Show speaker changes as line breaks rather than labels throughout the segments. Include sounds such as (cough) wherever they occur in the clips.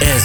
Ez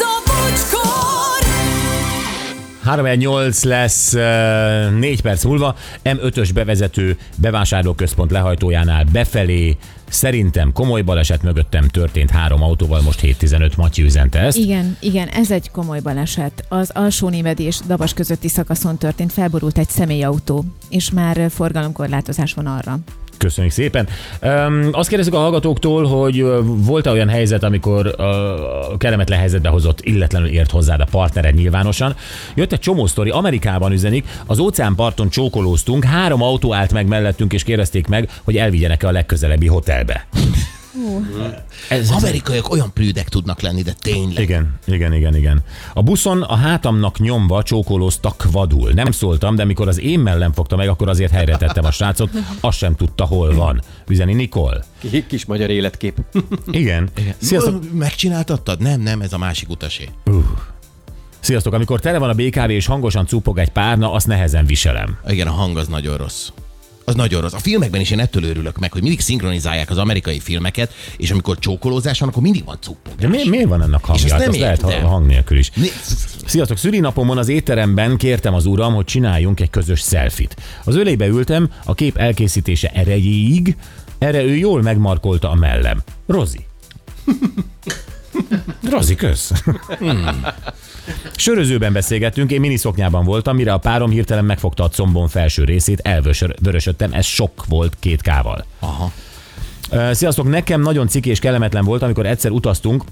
a bocskor!
3-8 lesz 4 perc múlva. M5-ös bevezető bevásárlóközpont lehajtójánál befelé Szerintem komoly baleset mögöttem történt három autóval, most 7.15 Matyi üzente ezt.
Igen, igen, ez egy komoly baleset. Az alsó némedi és Dabas közötti szakaszon történt, felborult egy személyautó, és már forgalomkorlátozás van arra.
Köszönjük szépen. Um, azt kérdezzük a hallgatóktól, hogy ö, volt-e olyan helyzet, amikor uh, kellemetlen helyzetbe hozott, illetlenül ért hozzád a partnered nyilvánosan. Jött egy csomó sztori, Amerikában üzenik, az óceánparton csókolóztunk, három autó állt meg mellettünk, és kérdezték meg, hogy elvigyenek-e a legközelebbi hotelbe.
Ez Amerikaiak olyan plűdek tudnak lenni, de tényleg.
Igen, igen, igen, igen. A buszon a hátamnak nyomva csókolóztak vadul. Nem szóltam, de mikor az én mellem fogta meg, akkor azért helyre tettem a srácot, azt sem tudta, hol van. Üzeni Nikol.
Ki- Kis magyar életkép.
(laughs) Igen. igen. Sziasztok.
Ö, Megcsináltattad? Nem, nem, ez a másik utasé.
Sziasztok, amikor tele van a BKV és hangosan cupog egy párna, azt nehezen viselem.
Igen, a hang az nagyon rossz. Az nagyon rossz. A filmekben is én ettől örülök meg, hogy mindig szinkronizálják az amerikai filmeket, és amikor csókolózás van, akkor mindig van cuppog.
De mi, miért van ennek hangja?
azt
Hát
nem
az lehet ha-
értem.
hang nélkül is.
Mi-
Sziasztok, szülinapomon az étteremben kértem az uram, hogy csináljunk egy közös szelfit. Az ölébe ültem, a kép elkészítése erejéig, erre ő jól megmarkolta a mellem. Rozi. (laughs) Rozi, kösz. Hmm. Sörözőben beszélgettünk, én miniszoknyában voltam, mire a párom hirtelen megfogta a combom felső részét, elvörösödtem, ez sok volt két kával.
Aha.
Ö, Sziasztok, nekem nagyon ciki és kellemetlen volt, amikor egyszer utaztunk,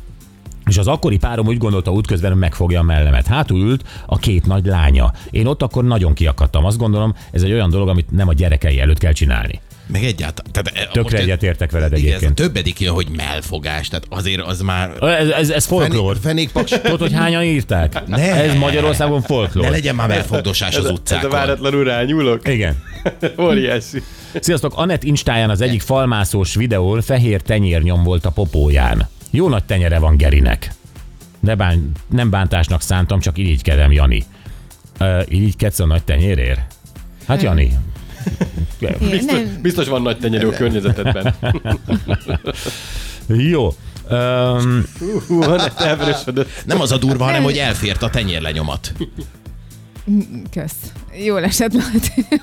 és az akkori párom úgy gondolta útközben, hogy megfogja a mellemet. Hátul ült a két nagy lánya. Én ott akkor nagyon kiakadtam. Azt gondolom, ez egy olyan dolog, amit nem a gyerekei előtt kell csinálni.
Meg egyáltalán. Tehát, eh,
Tökre
most ez-
egyetértek veled
Igen, ez a
egyébként.
többedik jön, hogy melfogás, tehát azért az már...
Ez, ez, ez folklór.
Fenék- Fenékpaks...
(laughs) Tudod, hogy hányan írták?
Ne.
Ez Magyarországon
Ne
folklór.
legyen már melfogdosás az
Ez a
utcákon.
váratlanul rányúlok.
Igen.
Óriási.
Sziasztok, Anett Instáján az egyik falmászós videón fehér tenyérnyom volt a popóján. Jó nagy tenyere van Gerinek. De bán, nem bántásnak szántam, csak irigykedem, Jani. Uh, irigykedsz a nagy tenyérér? Hát Jani,
Én
Biztos,
nem,
biztos van nagy tenyerű a környezetedben.
jó. Um,
Hú, Anett elvörösödött.
Nem az a durva, hanem hogy elfért a tenyérlenyomat.
kösz. Jól esett lehet. (laughs)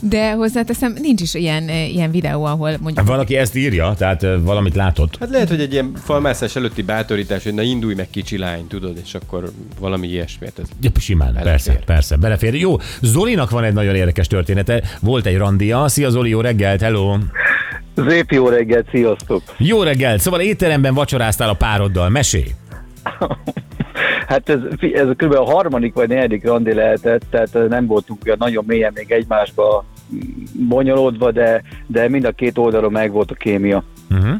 De hozzáteszem, nincs is ilyen, ilyen videó, ahol mondjuk...
valaki ezt írja, tehát ö, valamit látott.
Hát lehet, hogy egy ilyen falmászás előtti bátorítás, hogy na indulj meg kicsi lány, tudod, és akkor valami ilyesmiért. Ez
Ja, Simán, belefér. persze, persze, belefér. Jó, Zolinak van egy nagyon érdekes története. Volt egy randia. Szia Zoli, jó reggelt, hello!
Szép jó reggelt, sziasztok!
Jó reggelt! Szóval étteremben vacsoráztál a pároddal, mesélj!
Hát ez, ez kb. a harmadik vagy negyedik randi lehetett, tehát nem voltunk olyan nagyon mélyen még egymásba bonyolódva, de, de mind a két oldalon megvolt a kémia.
Uh-huh.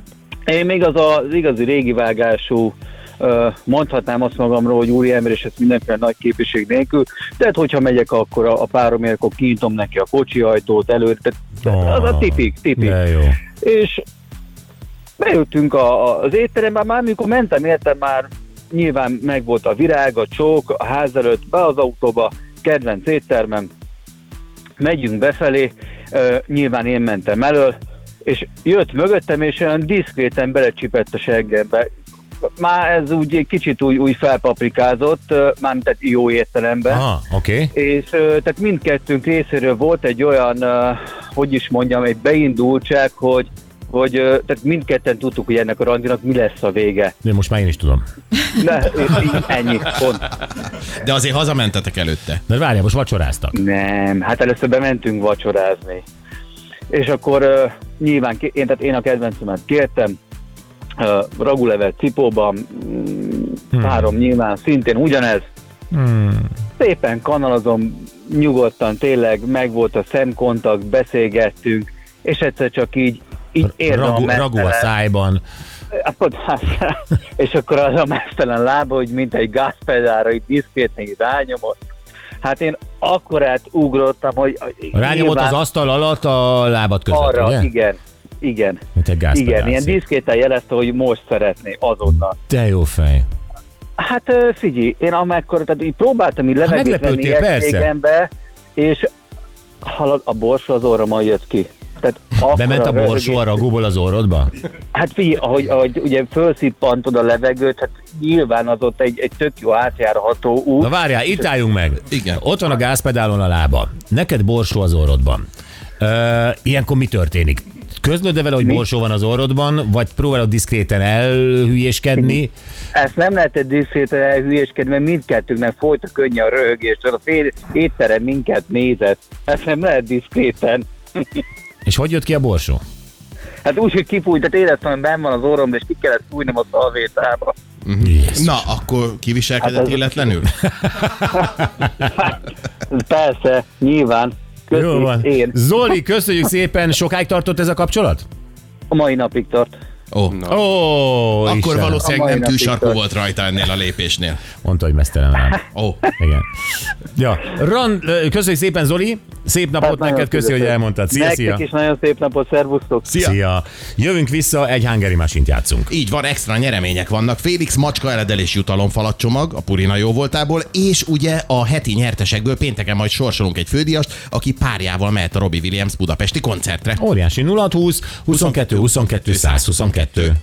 Én még az a- az igazi régi vágású, ö, mondhatnám azt magamról, hogy úriember, és ezt mindenféle nagy képviség nélkül, tehát hogyha megyek, akkor a, a páromért, akkor kinyitom neki a kocsi ajtót előtt, tehát
Ah,
oh, az a tipik, tipik.
De jó.
és bejöttünk a, a, az étterembe, már mikor mentem, értem már nyilván megvolt a virág, a csók, a ház előtt, be az autóba, kedvenc éttermem, megyünk befelé, ö, nyilván én mentem elől, és jött mögöttem, és olyan diszkréten belecsipett a seggembe. Már ez úgy egy kicsit úgy, úgy felpaprikázott, ö, mármint tehát jó értelemben.
Aha, oké. Okay.
És ö, tehát mindkettőnk részéről volt egy olyan, ö, hogy is mondjam, egy beindultság, hogy hogy ö, tehát mindketten tudtuk, hogy ennek a randinak mi lesz a vége.
De most már én is tudom.
Ne, és így ennyi, pont.
De azért hazamentetek előtte.
De várjál, most vacsoráztak.
Nem, hát először bementünk vacsorázni. És akkor ö, nyilván, ki- én, tehát én a kedvencemet kértem, ö, ragulevet cipóban, mm, három nyilván, szintén ugyanez,
Hmm.
szépen kanalazom, nyugodtan tényleg, megvolt a szemkontakt, beszélgettünk, és egyszer csak így, így érzem
Ragu,
a
ragu a
mesztelen,
szájban.
Akkor- (laughs) és akkor az a mesztelen lába, hogy mint egy gázpedára így diszkréten így rányomott. Hát én akkorát ugrottam, hogy
Rányomott az
nyilván
asztal alatt a lábad között,
arra,
ugye?
igen, igen.
Mint egy
Igen,
gázpedál
ilyen
szép.
diszkréten jelezte, hogy most szeretné azonnal.
Te jó fej.
Hát ö, figyelj, én amekkor, tehát így próbáltam így levegőt
Hát meglepődtél,
venni
persze.
egységembe, és halad, a borsó az orromon jött ki. Tehát
Bement a
akkora
borsó a ragúból az orrodba?
Hát figyelj, ahogy, ahogy ugye felszippantod a levegőt, hát nyilván az ott egy, egy tök jó átjárható út.
Na várjál, itt álljunk meg.
Igen.
Ott van a gázpedálon a lába. Neked borsó az orrodban. Ö, ilyenkor mi történik? Közlöd vele, hogy borsó van az orrodban, vagy próbálod diszkréten elhülyéskedni?
Ezt nem lehetett diszkréten elhülyéskedni, mert mindkettőnknek folyt a könnye a röhögés, a fél étterem minket nézett. Ezt nem lehet diszkréten.
És hogy jött ki a borsó?
Hát úgy, hogy kifújt, tehát éreztem, hogy benn van az orromba, és ki kellett fújnom a szalvétába.
Yes.
Na, akkor kiviselkedett
Hát
hát
ez-
életlenül?
Hát, Persze, nyilván. Köszi,
Jó van.
Én.
Zoli, köszönjük szépen, sokáig tartott ez a kapcsolat?
A mai napig tart.
Ó,
Ó, oh,
akkor
A
valószínűleg
mai
nem
napig
tűsarkú
tart.
volt rajta ennél a lépésnél.
Mondta, hogy mesztelen áll.
Ó,
Igen. Ja. Ran, ö, köszönjük szépen, Zoli. Szép napot
Hát nagyon
neked, köszi, hogy
szívesen.
elmondtad. Szia, szia.
Nektek is nagyon szép napot, szervusztok!
Szia.
Szia. Jövünk vissza, egy hangeri másint játszunk.
Így van, extra nyeremények vannak. Félix macska eledelés jutalomfalat csomag, a Purina jó voltából, és ugye a heti nyertesekből pénteken majd sorsolunk egy fődiast, aki párjával mehet a Robbie Williams budapesti koncertre.
Óriási 0620 22 22 122.